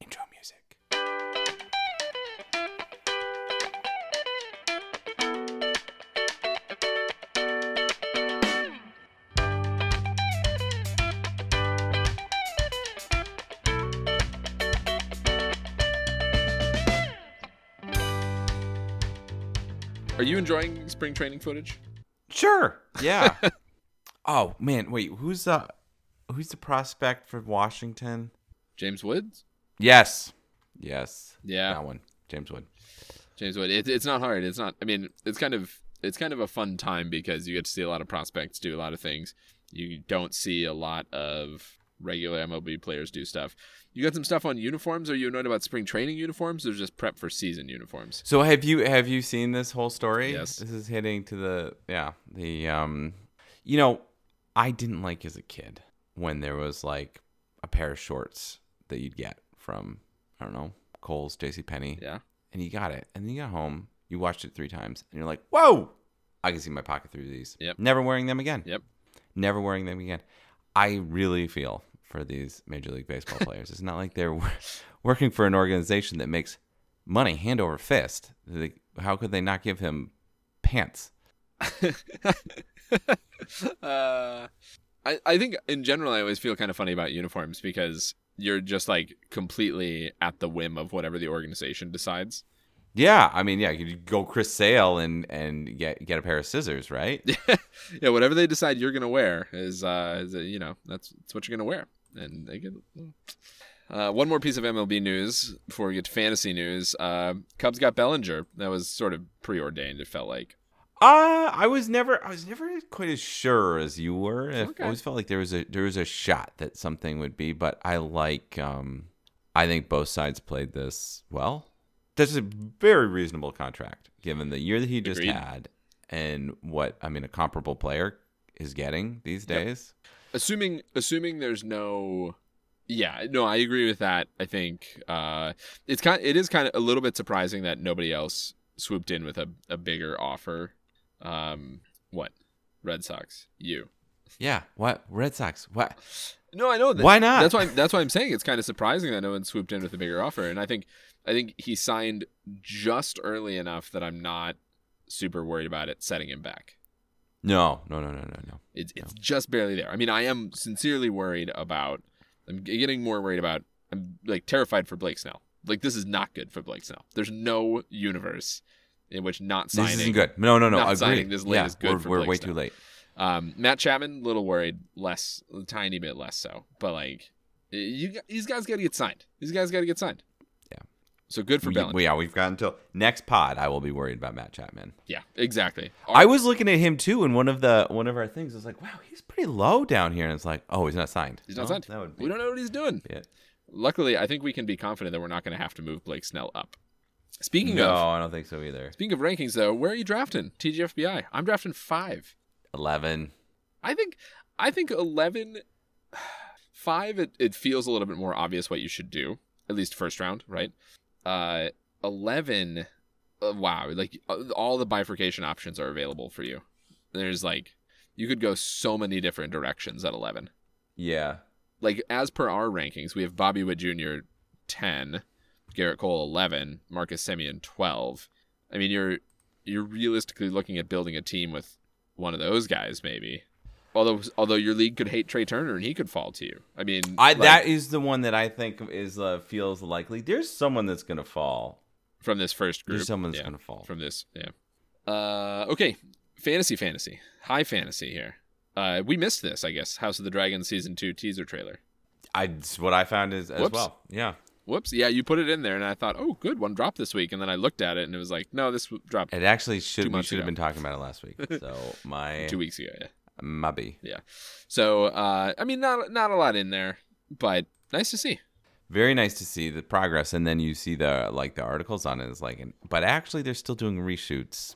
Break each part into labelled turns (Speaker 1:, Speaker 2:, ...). Speaker 1: intro music.
Speaker 2: Are you enjoying spring training footage?
Speaker 1: Sure. Yeah. oh man, wait, who's uh who's the prospect for Washington?
Speaker 2: James Woods?
Speaker 1: Yes. Yes.
Speaker 2: Yeah.
Speaker 1: That one. James Wood.
Speaker 2: James Wood. It, it's not hard. It's not. I mean, it's kind of it's kind of a fun time because you get to see a lot of prospects do a lot of things. You don't see a lot of regular MLB players do stuff. You got some stuff on uniforms. Are you annoyed about spring training uniforms or just prep for season uniforms?
Speaker 1: So have you have you seen this whole story?
Speaker 2: Yes.
Speaker 1: This is hitting to the yeah, the um you know, I didn't like as a kid when there was like a pair of shorts that you'd get from I don't know, Kohl's, JCPenney.
Speaker 2: Yeah.
Speaker 1: And you got it. And then you got home, you watched it three times, and you're like, Whoa, I can see my pocket through these.
Speaker 2: Yep.
Speaker 1: Never wearing them again.
Speaker 2: Yep.
Speaker 1: never wearing them again. I really feel for these Major League Baseball players. It's not like they're wor- working for an organization that makes money hand over fist. They- How could they not give him pants?
Speaker 2: uh, I, I think in general, I always feel kind of funny about uniforms because you're just like completely at the whim of whatever the organization decides.
Speaker 1: Yeah, I mean, yeah, you could go Chris Sale and and get get a pair of scissors, right?
Speaker 2: yeah, whatever they decide you're gonna wear is, uh, is uh, you know, that's that's what you're gonna wear. And they get uh, one more piece of MLB news before we get to fantasy news. Uh, Cubs got Bellinger. That was sort of preordained. It felt like.
Speaker 1: Uh, I was never I was never quite as sure as you were. I
Speaker 2: Okay.
Speaker 1: always felt like there was a there was a shot that something would be, but I like um I think both sides played this well. That's a very reasonable contract given the year that he just
Speaker 2: Agreed.
Speaker 1: had and what I mean a comparable player is getting these
Speaker 2: Yep.
Speaker 1: days.
Speaker 2: assuming assuming there's no yeah no i agree with that i think uh it's kind it is kind of a little bit surprising that nobody else swooped in with a, a bigger offer um what red sox you
Speaker 1: Yeah. What Red Sox? What?
Speaker 2: no i know Oh, that
Speaker 1: Why not?
Speaker 2: that's why that's why i'm saying it's kind of surprising that no one swooped in with a bigger offer and i think i think he signed just early enough that i'm not super worried about it setting him back
Speaker 1: No, no, no, no, no, no.
Speaker 2: It's it's just barely there. I mean, I am sincerely worried about. I'm g- getting more worried about. I'm like terrified for Blake Snell. Like this is not good for Blake Snell. There's no universe in which not signing.
Speaker 1: This isn't good. No, no, no.
Speaker 2: Not
Speaker 1: Agreed.
Speaker 2: signing this late
Speaker 1: yeah,
Speaker 2: is good
Speaker 1: we're,
Speaker 2: for
Speaker 1: we're
Speaker 2: Blake
Speaker 1: way
Speaker 2: Snell.
Speaker 1: too late.
Speaker 2: Um, Matt Chapman, little worried, less, a tiny bit less so. But like, you g- these guys got to get signed. These guys got to get signed.
Speaker 1: Yeah.
Speaker 2: So good for
Speaker 1: We-
Speaker 2: Bellinger.
Speaker 1: we- yeah, we've got until next pod. I will be worried about Matt Chapman.
Speaker 2: yeah, exactly.
Speaker 1: I was looking at him too in one of the one of our things. I was like, wow, he's pretty low down here. And it's like, oh, he's not signed.
Speaker 2: He's not
Speaker 1: Oh,
Speaker 2: signed.
Speaker 1: That would
Speaker 2: we
Speaker 1: be
Speaker 2: don't know what he's doing.
Speaker 1: it.
Speaker 2: Luckily, I think we can be confident that we're not going to have to move Blake Snell up. Speaking
Speaker 1: No,
Speaker 2: of
Speaker 1: I don't think so either.
Speaker 2: Speaking of rankings, though, where are you drafting? TGFBI. I'm drafting five.
Speaker 1: Eleven.
Speaker 2: I think, I think eleven, five. It, it feels a little bit more obvious what you should do, at least first round, right? Uh, eleven. Uh, wow, like uh, all the bifurcation options are available for you. There's like, you could go so many different directions at eleven.
Speaker 1: Yeah.
Speaker 2: Like as per our rankings, we have Bobby Witt Jr. ten, Garrett Cole eleven, Marcus Simeon twelve. I mean, you're you're realistically looking at building a team with one of those guys, maybe. Although although your league could hate Trey Turner and he could fall to you. I mean,
Speaker 1: I
Speaker 2: like,
Speaker 1: that is the one that I think is uh, feels likely. There's someone that's gonna fall.
Speaker 2: from this first group.
Speaker 1: There's someone that's
Speaker 2: yeah,
Speaker 1: gonna fall.
Speaker 2: from this. Yeah. Uh, okay, fantasy, fantasy, high fantasy here. Uh, we missed this, I guess. House of the Dragon season two teaser trailer.
Speaker 1: I it's what I found is as
Speaker 2: Whoops.
Speaker 1: well. Yeah.
Speaker 2: Whoops. Yeah, you put it in there, and I thought, oh, good, one dropped this week. And then I looked at it, and it was like, no, this w- dropped
Speaker 1: It actually should
Speaker 2: Two
Speaker 1: we
Speaker 2: months
Speaker 1: should have
Speaker 2: ago.
Speaker 1: been talking about it last week. So my
Speaker 2: two weeks ago. Yeah.
Speaker 1: mubby.
Speaker 2: So, uh, I mean, not not a lot in there, but nice to see.
Speaker 1: Very nice to see the progress, and then you see the like the articles on it is like, and- but actually they're still doing reshoots.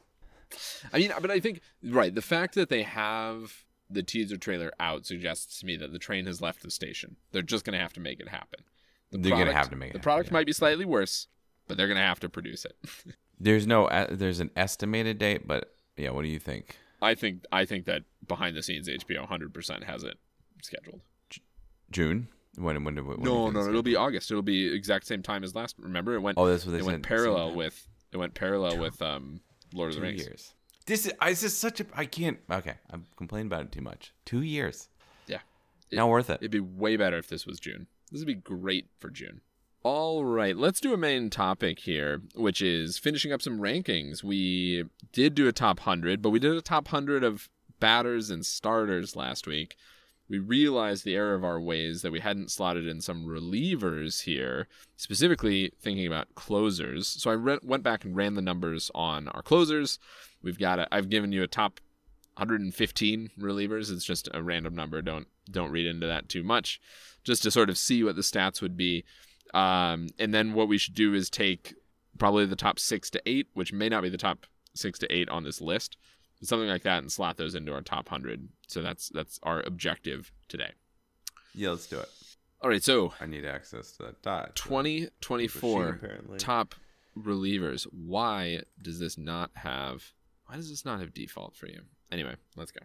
Speaker 2: I mean, but I think right the fact that they have the teaser trailer out suggests to me that the train has left the station. They're just going to have to make it happen. The
Speaker 1: They're gonna have to make it
Speaker 2: The
Speaker 1: happen,
Speaker 2: product
Speaker 1: yeah.
Speaker 2: might be slightly worse, but they're going to have to produce it.
Speaker 1: There's no uh, there's an estimated date, but yeah, what do you think?
Speaker 2: I think I think that behind the scenes HBO 100% has it scheduled.
Speaker 1: June? When when, when, when do you
Speaker 2: No,
Speaker 1: think
Speaker 2: no,
Speaker 1: it's
Speaker 2: it'll be August. It'll be exact same time as last. Remember it went
Speaker 1: gonna- Oh, that's what they
Speaker 2: it
Speaker 1: said.
Speaker 2: went
Speaker 1: at the same
Speaker 2: parallel
Speaker 1: time.
Speaker 2: with it went parallel with um Lord of the
Speaker 1: two
Speaker 2: Rings.
Speaker 1: years. This is I- this is such a I can't. Okay, I'm complaining about it too much. Two years.
Speaker 2: Yeah.
Speaker 1: Not worth it.
Speaker 2: It'd be way better if this was June. This would be great for June. All right, let's do a main topic here, which is finishing up some rankings. We did do a top 100, but we did a top 100 of batters and starters last week. We realized the error of our ways that we hadn't slotted in some relievers here, specifically thinking about closers. So I re- went back and ran the numbers on our closers. We've got a, I've given you a top 115 relievers. It's just a random number. Don't don't read into that too much. Just to sort of see what the stats would be. Um, and then what we should do is take probably the top six to eight, which may not be the top six to eight on this list, something like that, and slot those into our top hundred. So that's that's our objective today.
Speaker 1: yeah, let's do it.
Speaker 2: All right, so
Speaker 1: I need access to that dot.
Speaker 2: 2024
Speaker 1: apparently.
Speaker 2: top relievers. Why does this not have? Why does this not have default for you? Anyway, let's go.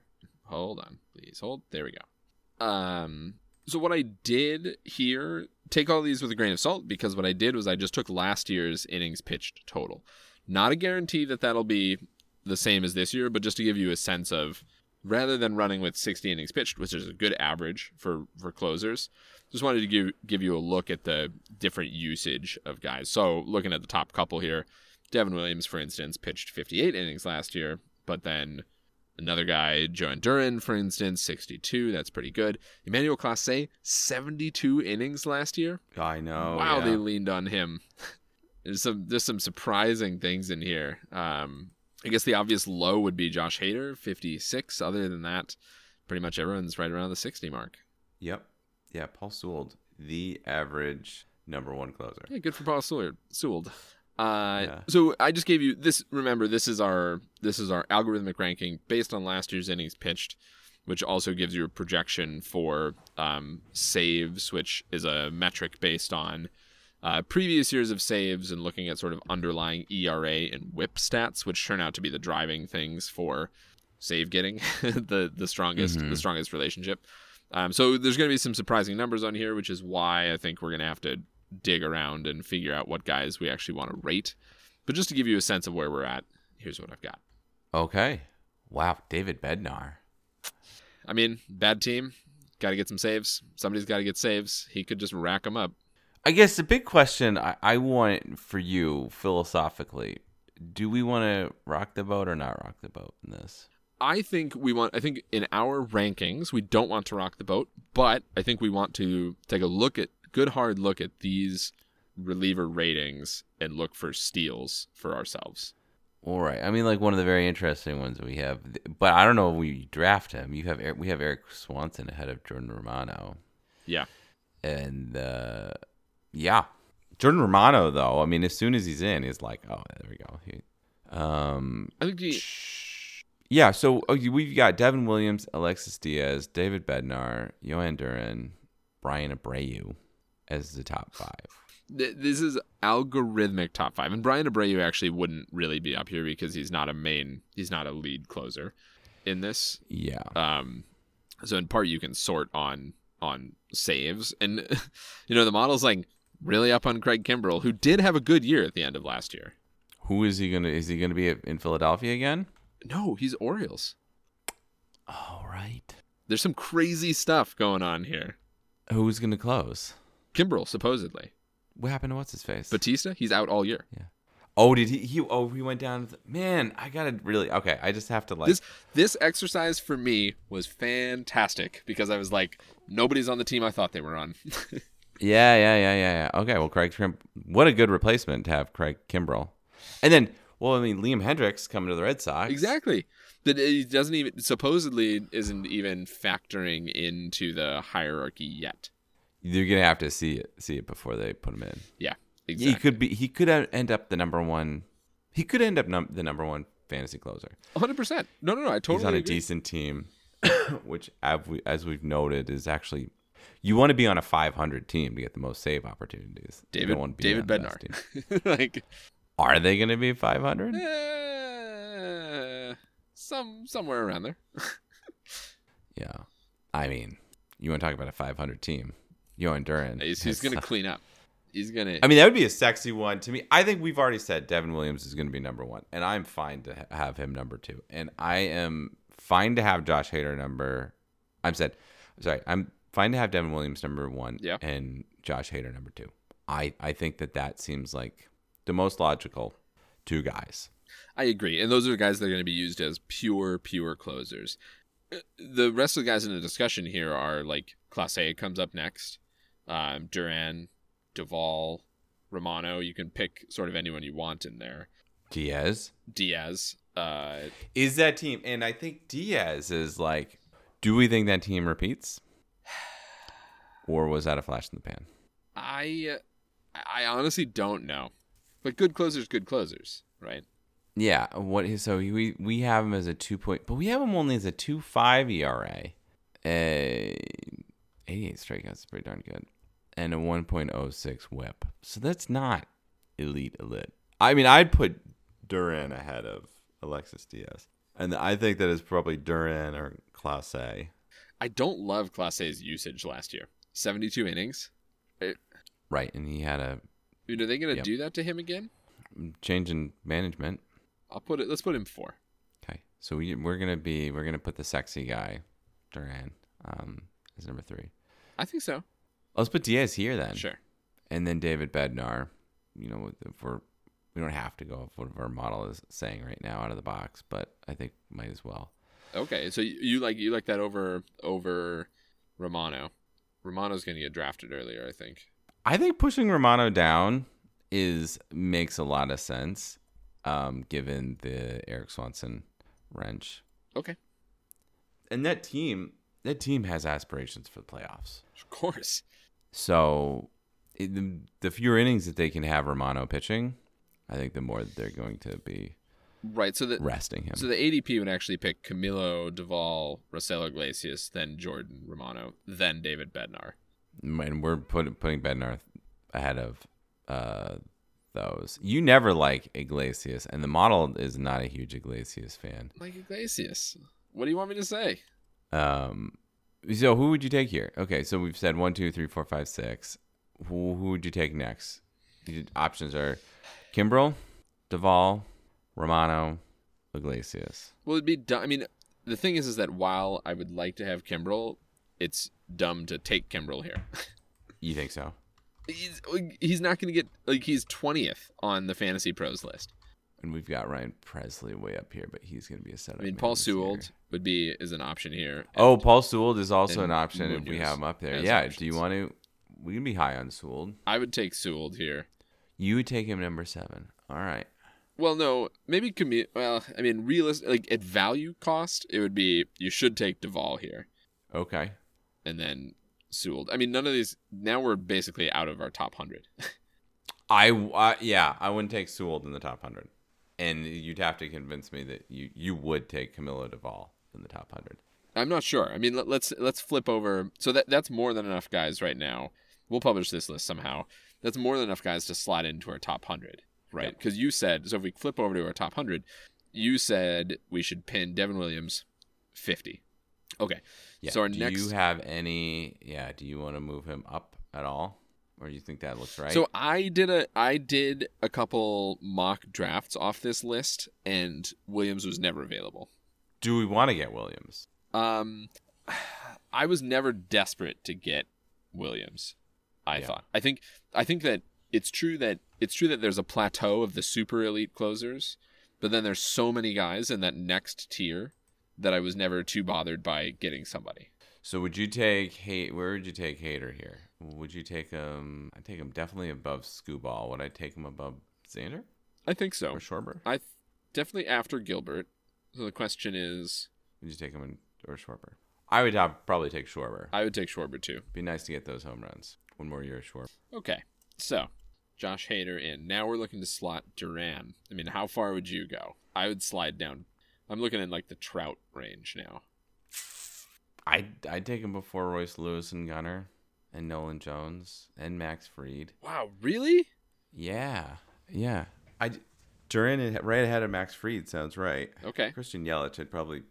Speaker 2: Hold on, please hold. There we go. Um. So what I did here, take all these with a grain of salt because what I did was I just took last year's innings pitched total. Not a guarantee that that'll be the same as this year, but just to give you a sense of rather than running with 60 innings pitched, which is a good average for for closers, just wanted to give give you a look at the different usage of guys. So looking at the top couple here, Devin Williams, for instance, pitched 58 innings last year, but then another guy, Joan Duran, for instance, 62. That's pretty good. Emmanuel Classe, 72 innings last year.
Speaker 1: I know.
Speaker 2: wow,
Speaker 1: Oh, yeah.
Speaker 2: they leaned on him. There's some there's some surprising things in here. Um, I guess the obvious low would be Josh Hader, 56. Other than that, pretty much everyone's right around the 60 mark.
Speaker 1: Yep. Yeah, Paul Sewell, the average number one closer.
Speaker 2: Yeah, good for Paul Seward. Seward. Uh,
Speaker 1: Yeah.
Speaker 2: So I just gave you this. Remember, this is our this is our algorithmic ranking based on last year's innings pitched, which also gives you a projection for um, saves, which is a metric based on uh, previous years of saves and looking at sort of underlying ERA and WHIP stats, which turn out to be the driving things for save getting the the strongest the strongest relationship. Um, so there's going to be some surprising numbers on here, which is why I think we're going to have to dig around and figure out what guys we actually want to rate. But just to give you a sense of where we're at, here's what I've got.
Speaker 1: Okay. Wow, David Bednar.
Speaker 2: I mean, bad team, got to get some saves. Somebody's got to get saves. He could just rack them up.
Speaker 1: I guess the big question I, I want for you philosophically do we want to rock the boat or not rock the boat in this?
Speaker 2: I think we want. I think in our rankings, we don't want to rock the boat, but I think we want to take a look at good hard look at these reliever ratings and look for steals for ourselves.
Speaker 1: All right. I mean, like one of the very interesting ones we have, but I don't know if we draft him. You have Eric, we have Eric Swanson ahead of Jordan Romano,
Speaker 2: Yeah,
Speaker 1: and uh, yeah, Jordan Romano though. I mean, as soon as he's in, he's like, oh, there we go. He, um,
Speaker 2: I think the,
Speaker 1: yeah. So okay, we've got Devin Williams, Alexis Diaz, David Bednar, Johan Duran, Brian Abreu as the top five.
Speaker 2: th- this is algorithmic top five, and Brian Abreu actually wouldn't really be up here because he's not a main, he's not a lead closer in this.
Speaker 1: Yeah.
Speaker 2: um so in part you can sort on on saves and you know the model's like really up on Craig Kimbrell who did have a good year at the end of last year.
Speaker 1: Who is he gonna? Is he gonna be in Philadelphia again?
Speaker 2: No, he's Orioles. Oh,
Speaker 1: All right.
Speaker 2: There's some crazy stuff going on here.
Speaker 1: Who's gonna close?
Speaker 2: Kimbrell supposedly.
Speaker 1: What happened to what's his face?
Speaker 2: Batista, he's out all year.
Speaker 1: oh, did he? He oh, he went down. with- Man, I gotta really. Okay, I just have to like.
Speaker 2: This this exercise for me was fantastic because I was like nobody's on the team I thought they were on.
Speaker 1: yeah, yeah, yeah, yeah, yeah. Okay, well, Craig Trim. What a good replacement to have Craig Kimbrell. And then, well, I mean, Liam Hendricks coming to the Red Sox.
Speaker 2: Exactly. That it doesn't even supposedly isn't even factoring into the hierarchy yet.
Speaker 1: You're gonna have to see it, see it before they put him in.
Speaker 2: Yeah. Exactly.
Speaker 1: He could be. He could end up the number one. He could end up num- the number one fantasy closer.
Speaker 2: hundred percent. No, no, no. I totally
Speaker 1: He's on a
Speaker 2: agree.
Speaker 1: decent team. which as, we, as we've noted is actually you want to be on a 500 team to get the most save opportunities. You
Speaker 2: David
Speaker 1: don't want to be
Speaker 2: David
Speaker 1: on the best
Speaker 2: Bednar.
Speaker 1: team.
Speaker 2: like
Speaker 1: Are they going to be 500?
Speaker 2: eh, some somewhere around there.
Speaker 1: Yeah. I mean, you want to talk about a 500 team? Yoan Duran.
Speaker 2: He's, he's
Speaker 1: is-
Speaker 2: gonna clean up. He's gonna.
Speaker 1: I mean, that would be a sexy one to me. I think we've already said Devin Williams is going to be number one, and I'm fine to ha- have him number two, and I am fine to have Josh Hader number. I'm said, sorry, I'm fine to have Devin Williams number one,
Speaker 2: Yeah.
Speaker 1: and Josh Hader number two. I I think that that seems like the most logical two guys.
Speaker 2: I agree. And those are the guys that are going to be used as pure, pure closers. Uh, The rest of the guys in the discussion here are like Classe comes up next, um, Duran, Duvall, Romano. You can pick sort of anyone you want in there.
Speaker 1: Diaz
Speaker 2: Diaz. Uh,
Speaker 1: is that team, and I think Diaz is like. Do we think that team repeats, or was that a flash in the pan?
Speaker 2: I, I honestly don't know, but good closers, good closers, right?
Speaker 1: Yeah, what is so we we have him as a two point, but we have him only as a two five E ERA, a eighty eight Eh, strikeouts is pretty darn good, and a one point oh six WHIP. So that's not elite elite. I mean, I'd put Duran ahead of Alexis Diaz, and I think that is probably Duran or Class A.
Speaker 2: I don't love Classe's usage last year. Seventy-two innings.
Speaker 1: Right, and he had a
Speaker 2: Dude, are they going to
Speaker 1: Yep.
Speaker 2: do that to him again?
Speaker 1: change in management.
Speaker 2: I'll put it. Let's put him four.
Speaker 1: Okay, so we we're gonna be we're gonna put the sexy guy, Duran, um, as number three.
Speaker 2: I think so.
Speaker 1: Let's put Diaz here then.
Speaker 2: Sure.
Speaker 1: and then David Bednar. You know, if we're we don't have to go off what our model is saying right now out of the box, but I think might as well.
Speaker 2: Okay, so you, you like you like that over over Romano. Romano's going to get drafted earlier, I think.
Speaker 1: I think pushing Romano down is makes a lot of sense, um, given the Eric Swanson wrench.
Speaker 2: Okay,
Speaker 1: And that team, that team has aspirations for the playoffs.
Speaker 2: of course.
Speaker 1: So, it, the, the fewer innings that they can have Romano pitching, I think the more that they're going to be
Speaker 2: Right. So the
Speaker 1: resting him.
Speaker 2: so the ADP would actually pick Camilo Duvall, Rossell Iglesias, then Jordan Romano, then David Bednar.
Speaker 1: and we're put, putting Bednar ahead of uh, those. You never like Iglesias, and the model is not a huge Iglesias fan.
Speaker 2: Like Iglesias. What do you want me to say?
Speaker 1: Um, so who would you take here? Okay, so we've said one, two, three, four, five, six. Who, who would you take next? The options are Kimbrel, Duvall, Romano, Iglesias.
Speaker 2: Well, it'd be dumb. I mean, the thing is, is that while I would like to have Kimbrel, it's dumb to take Kimbrel here.
Speaker 1: You think so?
Speaker 2: he's, he's not going to get like he's twentieth on the fantasy pros list.
Speaker 1: And we've got Ryan Presley way up here, but he's going to be a setup.
Speaker 2: I mean,
Speaker 1: man
Speaker 2: Paul
Speaker 1: this year.
Speaker 2: Sewald would be is an option here.
Speaker 1: Oh, Paul Sewell is also
Speaker 2: and
Speaker 1: an option if we
Speaker 2: Munoz
Speaker 1: have him up there.
Speaker 2: as
Speaker 1: Yeah. Do
Speaker 2: options.
Speaker 1: you want to? We can be high on Sewell.
Speaker 2: I would take Sewald here.
Speaker 1: You would take him number seven. All right.
Speaker 2: Well, no, maybe Camille. Well, I mean, realist like at value cost, it would be you should take Duvall here
Speaker 1: Okay.
Speaker 2: and then Sewald. I mean, none of these. Now we're basically out of our top hundred.
Speaker 1: I uh, yeah, I wouldn't take Sewell in the top hundred, and you'd have to convince me that you you would take Camilo Duvall in the top hundred.
Speaker 2: I'm not sure. I mean, let, let's let's flip over. So that that's more than enough guys right now. We'll publish this list somehow. That's more than enough guys to slot into our top hundred, right? Because you said so. If we flip over to our top hundred, you said we should pin Devin Williams, fifty. Okay.
Speaker 1: Yeah.
Speaker 2: So our
Speaker 1: do
Speaker 2: next.
Speaker 1: you have any? Yeah. Do you want to move him up at all, or do you think that looks right?
Speaker 2: So I did a I did a couple mock drafts off this list, and Williams was never available.
Speaker 1: do we want to get Williams?
Speaker 2: Um, I was never desperate to get Williams. I
Speaker 1: Yeah.
Speaker 2: thought. I think. I think that it's true that it's true that there's a plateau of the super elite closers, but then there's so many guys in that next tier that I was never too bothered by getting somebody.
Speaker 1: So would you take hate? Where would you take Hater here? Would you take him? I take him definitely above Scooball. Would I take him above Xander
Speaker 2: I think so.
Speaker 1: or Schwarber?
Speaker 2: I th- definitely after Gilbert. So the question is,
Speaker 1: Would you take him in, or Schwarber? I would have, probably take Schwarber.
Speaker 2: I would take Schwarber too.
Speaker 1: Be nice to get those home runs. One more year of Schwarber.
Speaker 2: Okay, so Josh Hader in. Now we're looking to slot Duran. I mean, how far would you go? I would slide down. I'm looking in like the Trout range now.
Speaker 1: I I'd take him before Royce Lewis and Gunner and Nolan Jones and Max Freed.
Speaker 2: Wow, really?
Speaker 1: Yeah, yeah. I Duran and right ahead of Max Freed sounds right.
Speaker 2: Okay.
Speaker 1: Christian Yelich, I'd probably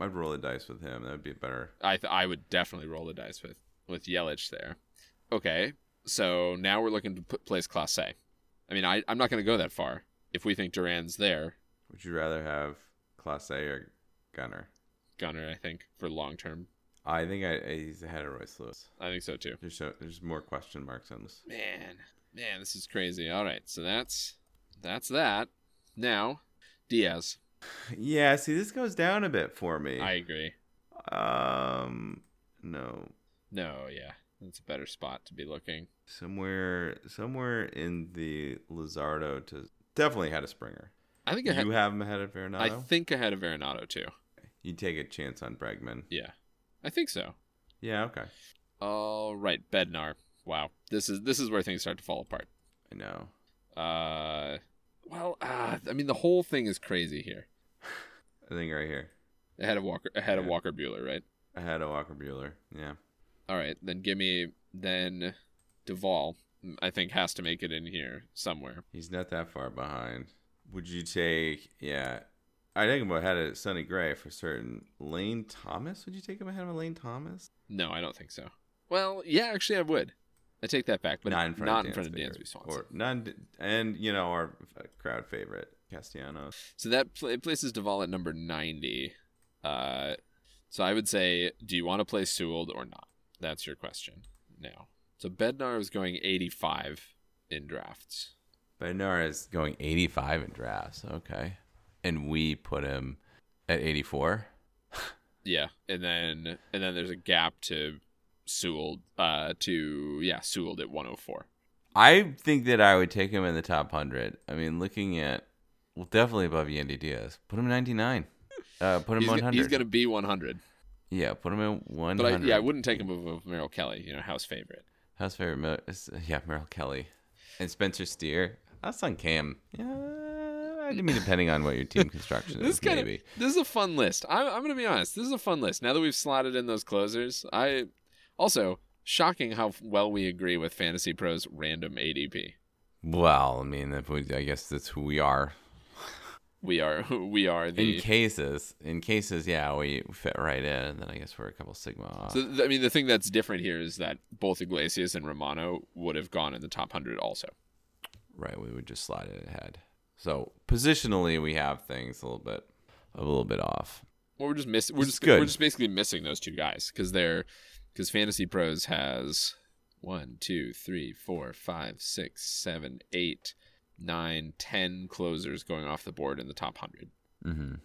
Speaker 1: I'd roll the dice with him. That would be better.
Speaker 2: I th- I would definitely roll the dice with with Yelich there. Okay, so now we're looking to put, place Class A. I mean, I I'm not going to go that far if we think Duran's there.
Speaker 1: Would you rather have Class A or Gunner?
Speaker 2: Gunner, I think for long term,
Speaker 1: I think I, he's ahead of Royce Lewis.
Speaker 2: I think so too.
Speaker 1: There's so, there's more question marks on this.
Speaker 2: Man, man, this is crazy. All right, so that's that's that. Now, Diaz.
Speaker 1: Yeah, see, this goes down a bit for me.
Speaker 2: I agree.
Speaker 1: Um, no,
Speaker 2: No, yeah, that's a better spot to be looking.
Speaker 1: somewhere somewhere in the Lizardo to definitely had a Springer.
Speaker 2: I think I, had,
Speaker 1: You have him ahead of Arenado.
Speaker 2: I think I had a Arenado too.
Speaker 1: you take a chance on Bregman.
Speaker 2: Yeah, I think so.
Speaker 1: Yeah, okay.
Speaker 2: All right, Bednar. Wow, this is this is where things start to fall apart.
Speaker 1: I know.
Speaker 2: Uh, well, uh, I mean the whole thing is crazy here.
Speaker 1: I think right here.
Speaker 2: Ahead of Walker, ahead of
Speaker 1: Yeah.
Speaker 2: Walker Bueller, right?
Speaker 1: I had a Walker Bueller. Yeah.
Speaker 2: All right, then give me then Duvall. I think has to make it in here somewhere.
Speaker 1: He's not that far behind. Would you take yeah. I think about ahead of Sonny Gray for certain. Lane Thomas? Would you take him ahead of Lane Thomas?
Speaker 2: No, I don't think so. Well, yeah, actually, I would. I take that back, but
Speaker 1: not in front
Speaker 2: not
Speaker 1: of
Speaker 2: in front of
Speaker 1: Dansby
Speaker 2: Dansby Swanson.
Speaker 1: Or none and you know, our crowd favorite, Castellanos.
Speaker 2: So that pl- it places Duvall at number 90. Uh, so I would say, do you want to play Sewell or not? That's your question now. So Bednar is going 85 in drafts.
Speaker 1: Bednar is going 85 in drafts. Okay. And we put him at 84.
Speaker 2: Yeah, and then and then there's a gap to Sewell. Uh, to yeah, Sewell at 104.
Speaker 1: I think that I would take him in the top 100. I mean, looking at, well, definitely above Yandy Diaz. Put him 99. Uh, put him
Speaker 2: He's, go-
Speaker 1: 100.
Speaker 2: he's gonna be 100,
Speaker 1: yeah, put him in 100.
Speaker 2: but I, yeah, I wouldn't take him above Merrill Kelly. You know, house favorite.
Speaker 1: House favorite, Mil- is- yeah, Merrill Kelly. And Spencer Steer. That's on Cam. Yeah, I mean, depending on what your team construction
Speaker 2: This
Speaker 1: is,
Speaker 2: kind of
Speaker 1: maybe.
Speaker 2: this is a fun list. I'm, I'm gonna be honest. This is a fun list. Now that we've slotted in those closers, I also shocking how well we agree with Fantasy Pros random ADP.
Speaker 1: Well, I mean, if we, I guess that's who we are.
Speaker 2: We are we are
Speaker 1: in
Speaker 2: the.
Speaker 1: cases in cases yeah we fit right in and then i guess we're a couple sigma off.
Speaker 2: So, th- I mean, the thing that's different here is that both Iglesias and Romano would have gone in the top hundred also.
Speaker 1: right we would just slide it ahead so positionally we have things a little bit a little bit off
Speaker 2: Well, we're just miss we're
Speaker 1: It's
Speaker 2: just
Speaker 1: good.
Speaker 2: we're just basically missing those two guys because they're because Fantasy Pros has one, two, three, four, five, six, seven, eight, nine, ten closers going off the board in the top hundred.
Speaker 1: mm-hmm.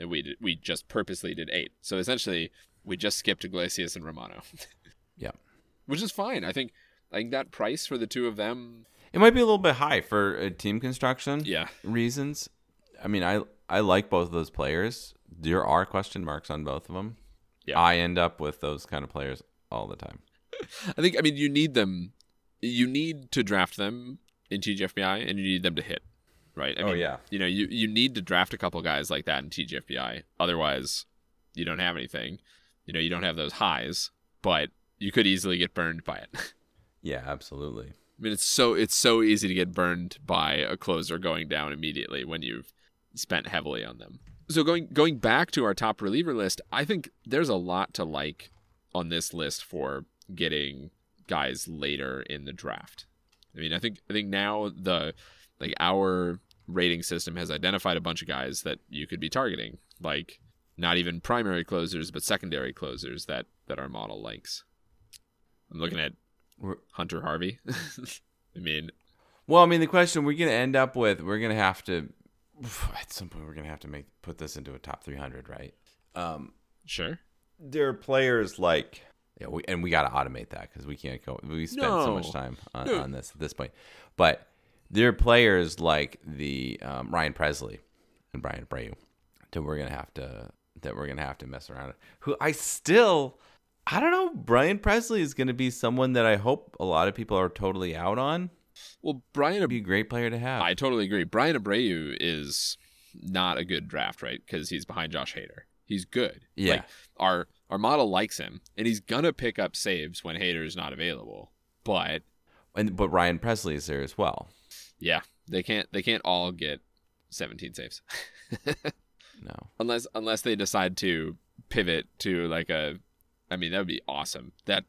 Speaker 2: And we did, we just purposely did eight. So essentially, we just skipped Iglesias and Romano.
Speaker 1: Yep.
Speaker 2: Which is fine. I think I think that price for the two of them.
Speaker 1: it might be a little bit high for uh, team construction
Speaker 2: Yeah.
Speaker 1: reasons i mean i i like both of those players there are question marks on both of them
Speaker 2: Yeah.
Speaker 1: i end up with those kind of players all the time
Speaker 2: I think I mean you need them. You need to draft them in TGFBI, and you need them to hit, right? I
Speaker 1: Oh,
Speaker 2: mean,
Speaker 1: yeah.
Speaker 2: You know, you you need to draft a couple guys like that in TGFBI. Otherwise, you don't have anything. You know, you don't have those highs, but you could easily get burned by it. I
Speaker 1: yeah absolutely
Speaker 2: mean, it's so it's so easy to get burned by a closer going down immediately when you've spent heavily on them. So going going back to our top reliever list, I think there's a lot to like on this list for getting guys later in the draft. I mean, I think I think now the like our rating system has identified a bunch of guys that you could be targeting, like not even primary closers but secondary closers that that our model likes. I'm looking at
Speaker 1: We're-
Speaker 2: Hunter Harvey. I mean,
Speaker 1: Well, I mean, the question we're going to end up with, we're going to have to, at some point, we're going to have to make put this into a top 300, right? Um,
Speaker 2: sure.
Speaker 1: there are players like, yeah, we, and we got to automate that because we can't go, we spend so much
Speaker 2: No.
Speaker 1: time on,
Speaker 2: No.
Speaker 1: on this at this point. But there are players like the um, Ryan Presley and Brian Abreu that we're going to have to, that we're going to have to mess around with. Who I still, I don't know, Brian Presley is going to be someone that I hope a lot of people are totally out on.
Speaker 2: Well, Brian
Speaker 1: Be a great player to have.
Speaker 2: I totally agree. Brian Abreu is not a good draft, right? Because he's behind Josh Hader. He's good.
Speaker 1: Yeah.
Speaker 2: Like, our Armada likes him, and he's gonna pick up saves when Hader's not available. But
Speaker 1: And but Ryan Presley is there as well.
Speaker 2: yeah, they can't they can't all get 17 saves
Speaker 1: No.
Speaker 2: unless unless they decide to pivot to like a. I mean, that would be awesome. That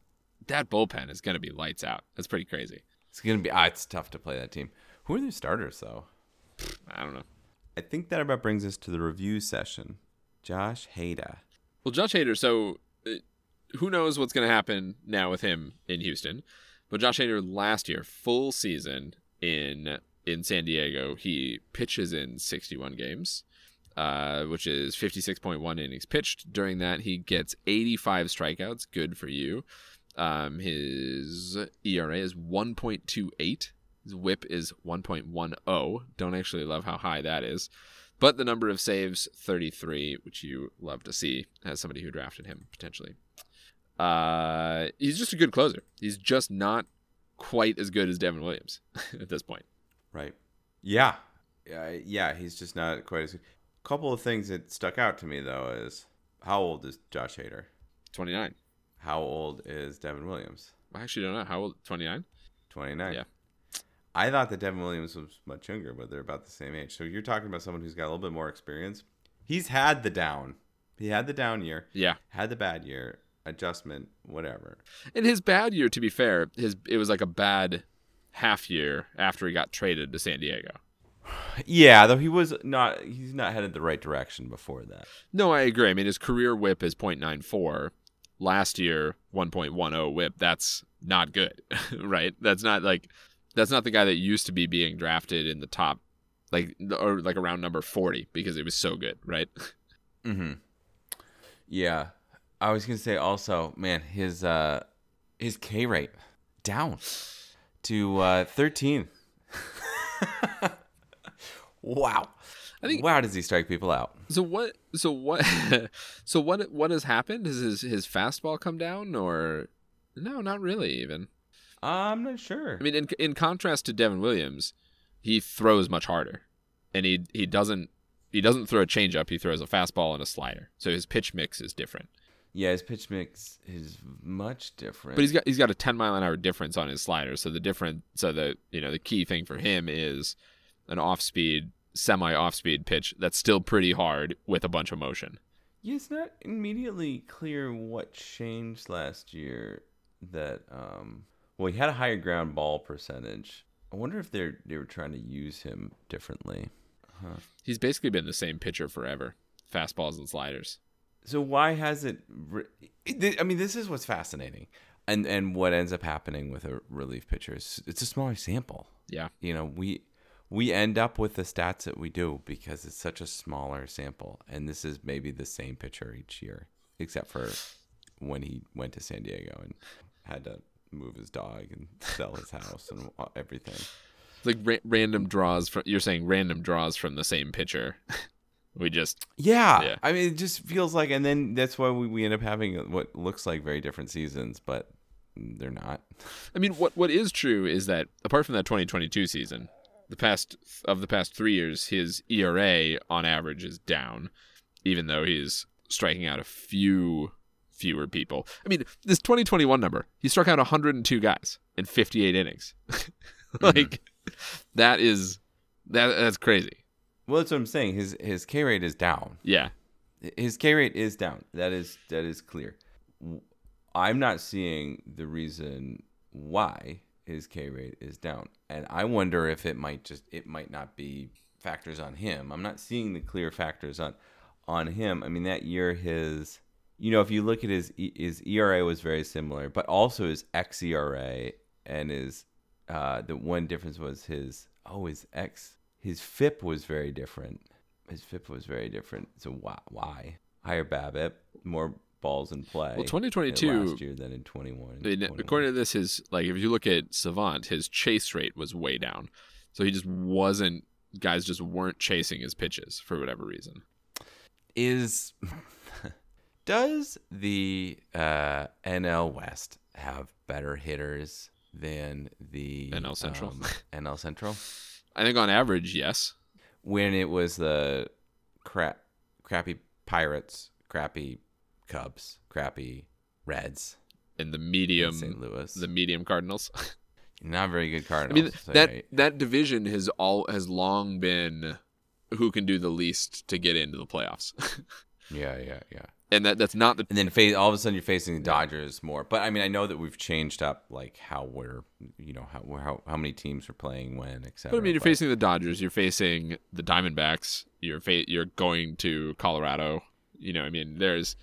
Speaker 2: that bullpen is gonna be lights out. That's pretty crazy.
Speaker 1: It's gonna be ah, it's tough to play that team. Who are their starters though?
Speaker 2: I don't know.
Speaker 1: I think that about brings us to the review session. Josh Hada.
Speaker 2: Well, Josh Hader. So, uh, who knows what's going to happen now with him in Houston? But Josh Hader last year, full season in in San Diego, he pitches in 61 games, uh, which is 56.1 innings pitched. During that, he gets 85 strikeouts. Good for you. Um, his ERA is 1.28. His WHIP is 1.10. oh. Don't actually love how high that is. But the number of saves, 33, which you love to see as somebody who drafted him potentially. Uh, he's just a good closer. He's just not quite as good as Devin Williams at this point.
Speaker 1: Right. Yeah. Uh, yeah, he's just not quite as A couple of things that stuck out to me though is how old is Josh Hader?
Speaker 2: 29.
Speaker 1: How old is Devin Williams?
Speaker 2: I actually don't know. How old? 29?
Speaker 1: 29.
Speaker 2: Yeah.
Speaker 1: I thought that Devin Williams was much younger, but they're about the same age. So you're talking about someone who's got a little bit more experience. He's had the down. He had the down year,
Speaker 2: Yeah.
Speaker 1: had the bad year, adjustment, whatever.
Speaker 2: In his bad year, to be fair, his it was like a bad half year after he got traded to San Diego.
Speaker 1: Yeah, though he was not he's not headed the right direction before that.
Speaker 2: No, I agree. I mean, his career whip is 0.94. Last year, 1.10 whip. That's not good, right? That's not like, that's not the guy that used to be being drafted in the top, like, or like around number 40 because it was so good, right?
Speaker 1: Mhm. Yeah. I was going to say also, man, his uh his K rate down to uh 13. wow.
Speaker 2: I think-
Speaker 1: wow, does he strike people out?
Speaker 2: So what, so what, so what, what has happened? Has his, his fastball come down or, no, not really even.
Speaker 1: I'm not sure.
Speaker 2: I mean, in in contrast to Devin Williams, he throws much harder, and he he doesn't he doesn't throw a changeup. He throws a fastball and a slider. So his pitch mix is different.
Speaker 1: Yeah, his pitch mix is much different.
Speaker 2: But he's got he's got a ten mile an hour difference on his slider. So the different so the you know the key thing for him is an off speed semi off speed pitch that's still pretty hard with a bunch of motion.
Speaker 1: yeah, it's not immediately clear what changed last year. That um, well, he had a higher ground ball percentage. I wonder if they're they were trying to use him differently.
Speaker 2: He's basically been the same pitcher forever. Fastballs and sliders.
Speaker 1: So why has it? Re- it- th- I mean, this is what's fascinating, and and what ends up happening with a relief pitcher is it's a smaller sample.
Speaker 2: Yeah.
Speaker 1: you know we we end up with the stats that we do because it's such a smaller sample and this is maybe the same pitcher each year except for when he went to san diego and had to move his dog and sell his house and a- everything
Speaker 2: It's like ra- random draws from you're saying random draws from the same pitcher. we just
Speaker 1: yeah,
Speaker 2: Yeah.
Speaker 1: i mean it just feels like and then that's why we, we end up having what looks like very different seasons but they're not
Speaker 2: I mean, what what is true is that apart from that 2022 season, the past of the past three years, his ERA on average is down, even though he's striking out a few fewer people. I mean, this 2021 number, he struck out 102 guys in 58 innings. like that is that that's crazy.
Speaker 1: well that's what i'm saying his his k rate is down
Speaker 2: Yeah,
Speaker 1: his K rate is down. That is that is clear. W- I'm not seeing the reason why his K rate is down, and I wonder if it might just it might not be factors on him. I'm not seeing the clear factors on on him. I mean that year his you know if you look at his E- his ERA was very similar, but also his xERA and his uh, the one difference was his oh his X his FIP was very different. His FIP was very different. So why why higher BABIP, more balls in play?
Speaker 2: Well,
Speaker 1: in
Speaker 2: 2022
Speaker 1: last year than in twenty one.
Speaker 2: I mean, according to this, his like if you look at Savant, his chase rate was way down, so he just wasn't. Guys just weren't chasing his pitches for whatever reason.
Speaker 1: is does the uh, NL West have better hitters than the
Speaker 2: NL Central?
Speaker 1: um, NL Central,
Speaker 2: I think on average, yes.
Speaker 1: when it was the crap, crappy Pirates, crappy Cubs, crappy Reds,
Speaker 2: and the
Speaker 1: and
Speaker 2: medium
Speaker 1: St. Louis.
Speaker 2: the medium Cardinals.
Speaker 1: Not very good
Speaker 2: I
Speaker 1: Cardinals.
Speaker 2: mean
Speaker 1: so
Speaker 2: that
Speaker 1: right.
Speaker 2: that division has all has long been who can do the least to get into the playoffs.
Speaker 1: Yeah, yeah, yeah.
Speaker 2: and that that's not the
Speaker 1: And then face, all of a sudden you're facing the Dodgers more. But I mean, I know that we've changed up like how we're, you know, how how, how many teams we're playing when, etc.
Speaker 2: But I mean, you're facing the Dodgers. You're facing the Diamondbacks. You're fa- you're going to Colorado. You know, I mean, there's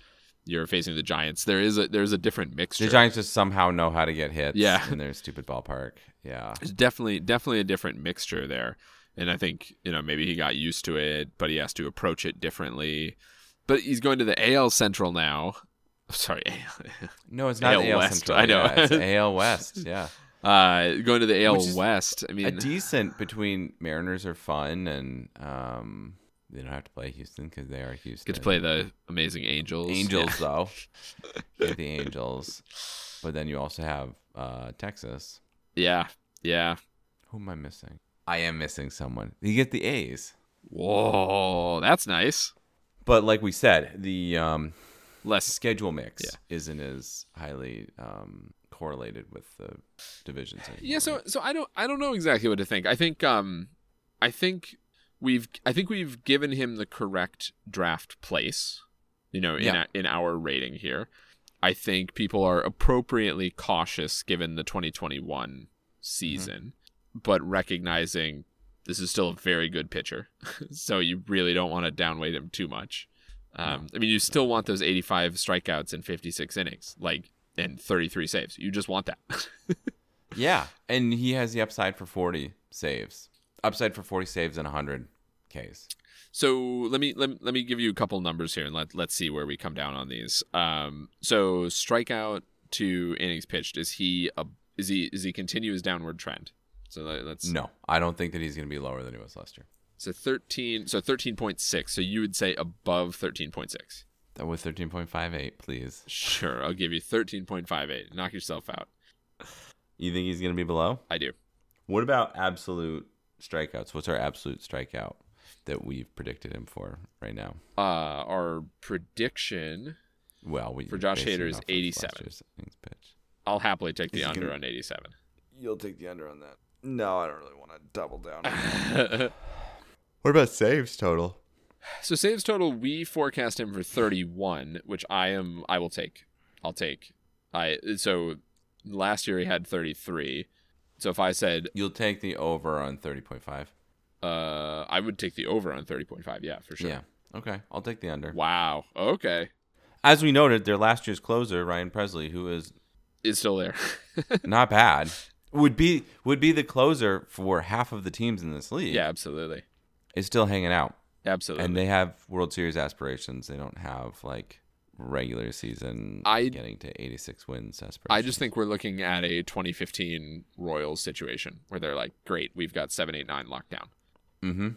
Speaker 2: you're facing the Giants. There is a there's a different mixture.
Speaker 1: the Giants just somehow know how to get hits.
Speaker 2: Yeah.
Speaker 1: in their stupid ballpark. Yeah,
Speaker 2: There's definitely definitely a different mixture there, and I think you know maybe he got used to it, but he has to approach it differently. But he's going to the AL Central now. Sorry,
Speaker 1: no, it's not
Speaker 2: AL
Speaker 1: the AL
Speaker 2: West,
Speaker 1: Central.
Speaker 2: I know.
Speaker 1: Yeah, it's AL West. Yeah,
Speaker 2: uh, going to the AL
Speaker 1: Which is
Speaker 2: West. I
Speaker 1: a
Speaker 2: mean,
Speaker 1: decent between Mariners are fun and um, they don't have to play Houston because they are Houston.
Speaker 2: get to play the amazing Angels.
Speaker 1: Angels though. You have the Angels, but then you also have uh, Texas.
Speaker 2: Yeah, yeah.
Speaker 1: Who am I missing? I am missing someone. You get the A's.
Speaker 2: Whoa, that's nice.
Speaker 1: But like we said, the um,
Speaker 2: Less
Speaker 1: schedule mix
Speaker 2: Yeah.
Speaker 1: isn't as highly um, correlated with the divisions. Anymore.
Speaker 2: Yeah, so so I don't I don't know exactly what to think. I think um I think we've I think we've given him the correct draft place, you know, in
Speaker 1: Yeah.
Speaker 2: a, in our rating here. I think people are appropriately cautious given the 2021 season, but recognizing this is still a very good pitcher. so you really don't want to downweight him too much. Um, I mean, you still want those 85 strikeouts and 56 innings, like and 33 saves. You just want that.
Speaker 1: yeah, and he has the upside for forty saves. Upside for forty saves and hundred Ks.
Speaker 2: So let me let, me- let me give you a couple numbers here, and let let's see where we come down on these. Um, so strikeout to innings pitched is he a, is he is he continue his downward trend? So let, us
Speaker 1: No, I don't think that he's going to be lower than he was last year.
Speaker 2: so thirteen so thirteen point six. So you would say above thirteen point six.
Speaker 1: That was thirteen point five eight. Please,
Speaker 2: Sure, I'll give you thirteen point five eight. Knock yourself out.
Speaker 1: you think he's going to be below?
Speaker 2: I do.
Speaker 1: What about absolute strikeouts? What's our absolute strikeout that we've predicted him for right now?
Speaker 2: Uh, our prediction.
Speaker 1: Well, we
Speaker 2: For Josh
Speaker 1: based it
Speaker 2: Hader is
Speaker 1: off of last
Speaker 2: 87.
Speaker 1: year's innings pitch.
Speaker 2: I'll happily take
Speaker 1: Is
Speaker 2: the
Speaker 1: he
Speaker 2: under
Speaker 1: gonna-
Speaker 2: on eighty seven.
Speaker 1: You'll take the under on that. No, I don't really want to double down.
Speaker 2: so
Speaker 1: what about saves total?
Speaker 2: saves total, we forecast him for 31, which I am I will take. I'll take. I so last year he had 33. So if I said
Speaker 1: You'll take the over on thirty point five.
Speaker 2: uh I would take the over on 30.5, yeah, for sure.
Speaker 1: Yeah. Okay, I'll take the under.
Speaker 2: Wow. Okay.
Speaker 1: As we noted, their last year's closer Ryan Presley, who is
Speaker 2: It's still there.
Speaker 1: not bad, would be would be the closer for half of the teams in this league.
Speaker 2: yeah, absolutely.
Speaker 1: is still hanging out.
Speaker 2: Absolutely.
Speaker 1: and they have World Series aspirations. They don't have like regular season
Speaker 2: I-
Speaker 1: getting to 86 wins aspirations.
Speaker 2: I just think we're looking at a 2015 Royals situation where they're like, "Great, we've got 789 locked down."
Speaker 1: Mm-hmm.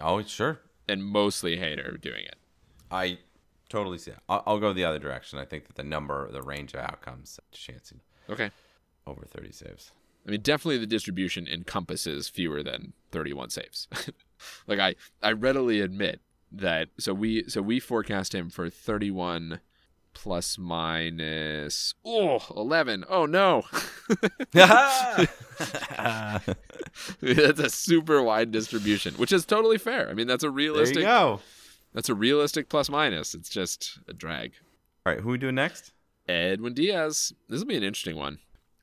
Speaker 1: Oh, sure.
Speaker 2: And mostly Hater doing it.
Speaker 1: I totally see that. I'll, I'll go the other direction. I think that the number, the range of outcomes, chancing
Speaker 2: Okay.
Speaker 1: over 30 saves.
Speaker 2: I mean, definitely the distribution encompasses fewer than 31 saves. like I, I readily admit that. So we, so we forecast him for 31 plus minus oh 11. Oh no,
Speaker 1: there
Speaker 2: that's a super wide distribution, which is totally fair. I mean, that's a
Speaker 1: you
Speaker 2: realistic.
Speaker 1: go.
Speaker 2: That's a realistic plus minus. It's just a drag.
Speaker 1: All right, who we doing next?
Speaker 2: Edwin Diaz. This will be an interesting one.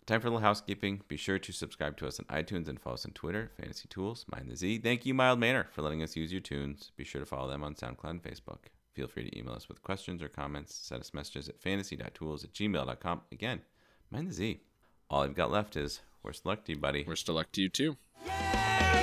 Speaker 1: Time for a little housekeeping. Be sure to subscribe to us on iTunes and follow us on Twitter, Fantasy Tools, Mind the Z. Thank you, Mild Manor, for letting us use your tunes. Be sure to follow them on SoundCloud and Facebook. Feel free to email us with questions or comments. Send us messages at fantasy.tools at gmail.com. Again, Mind the Z. All I've got left is worst luck to you, buddy.
Speaker 2: We're still luck to you too.
Speaker 3: Yeah!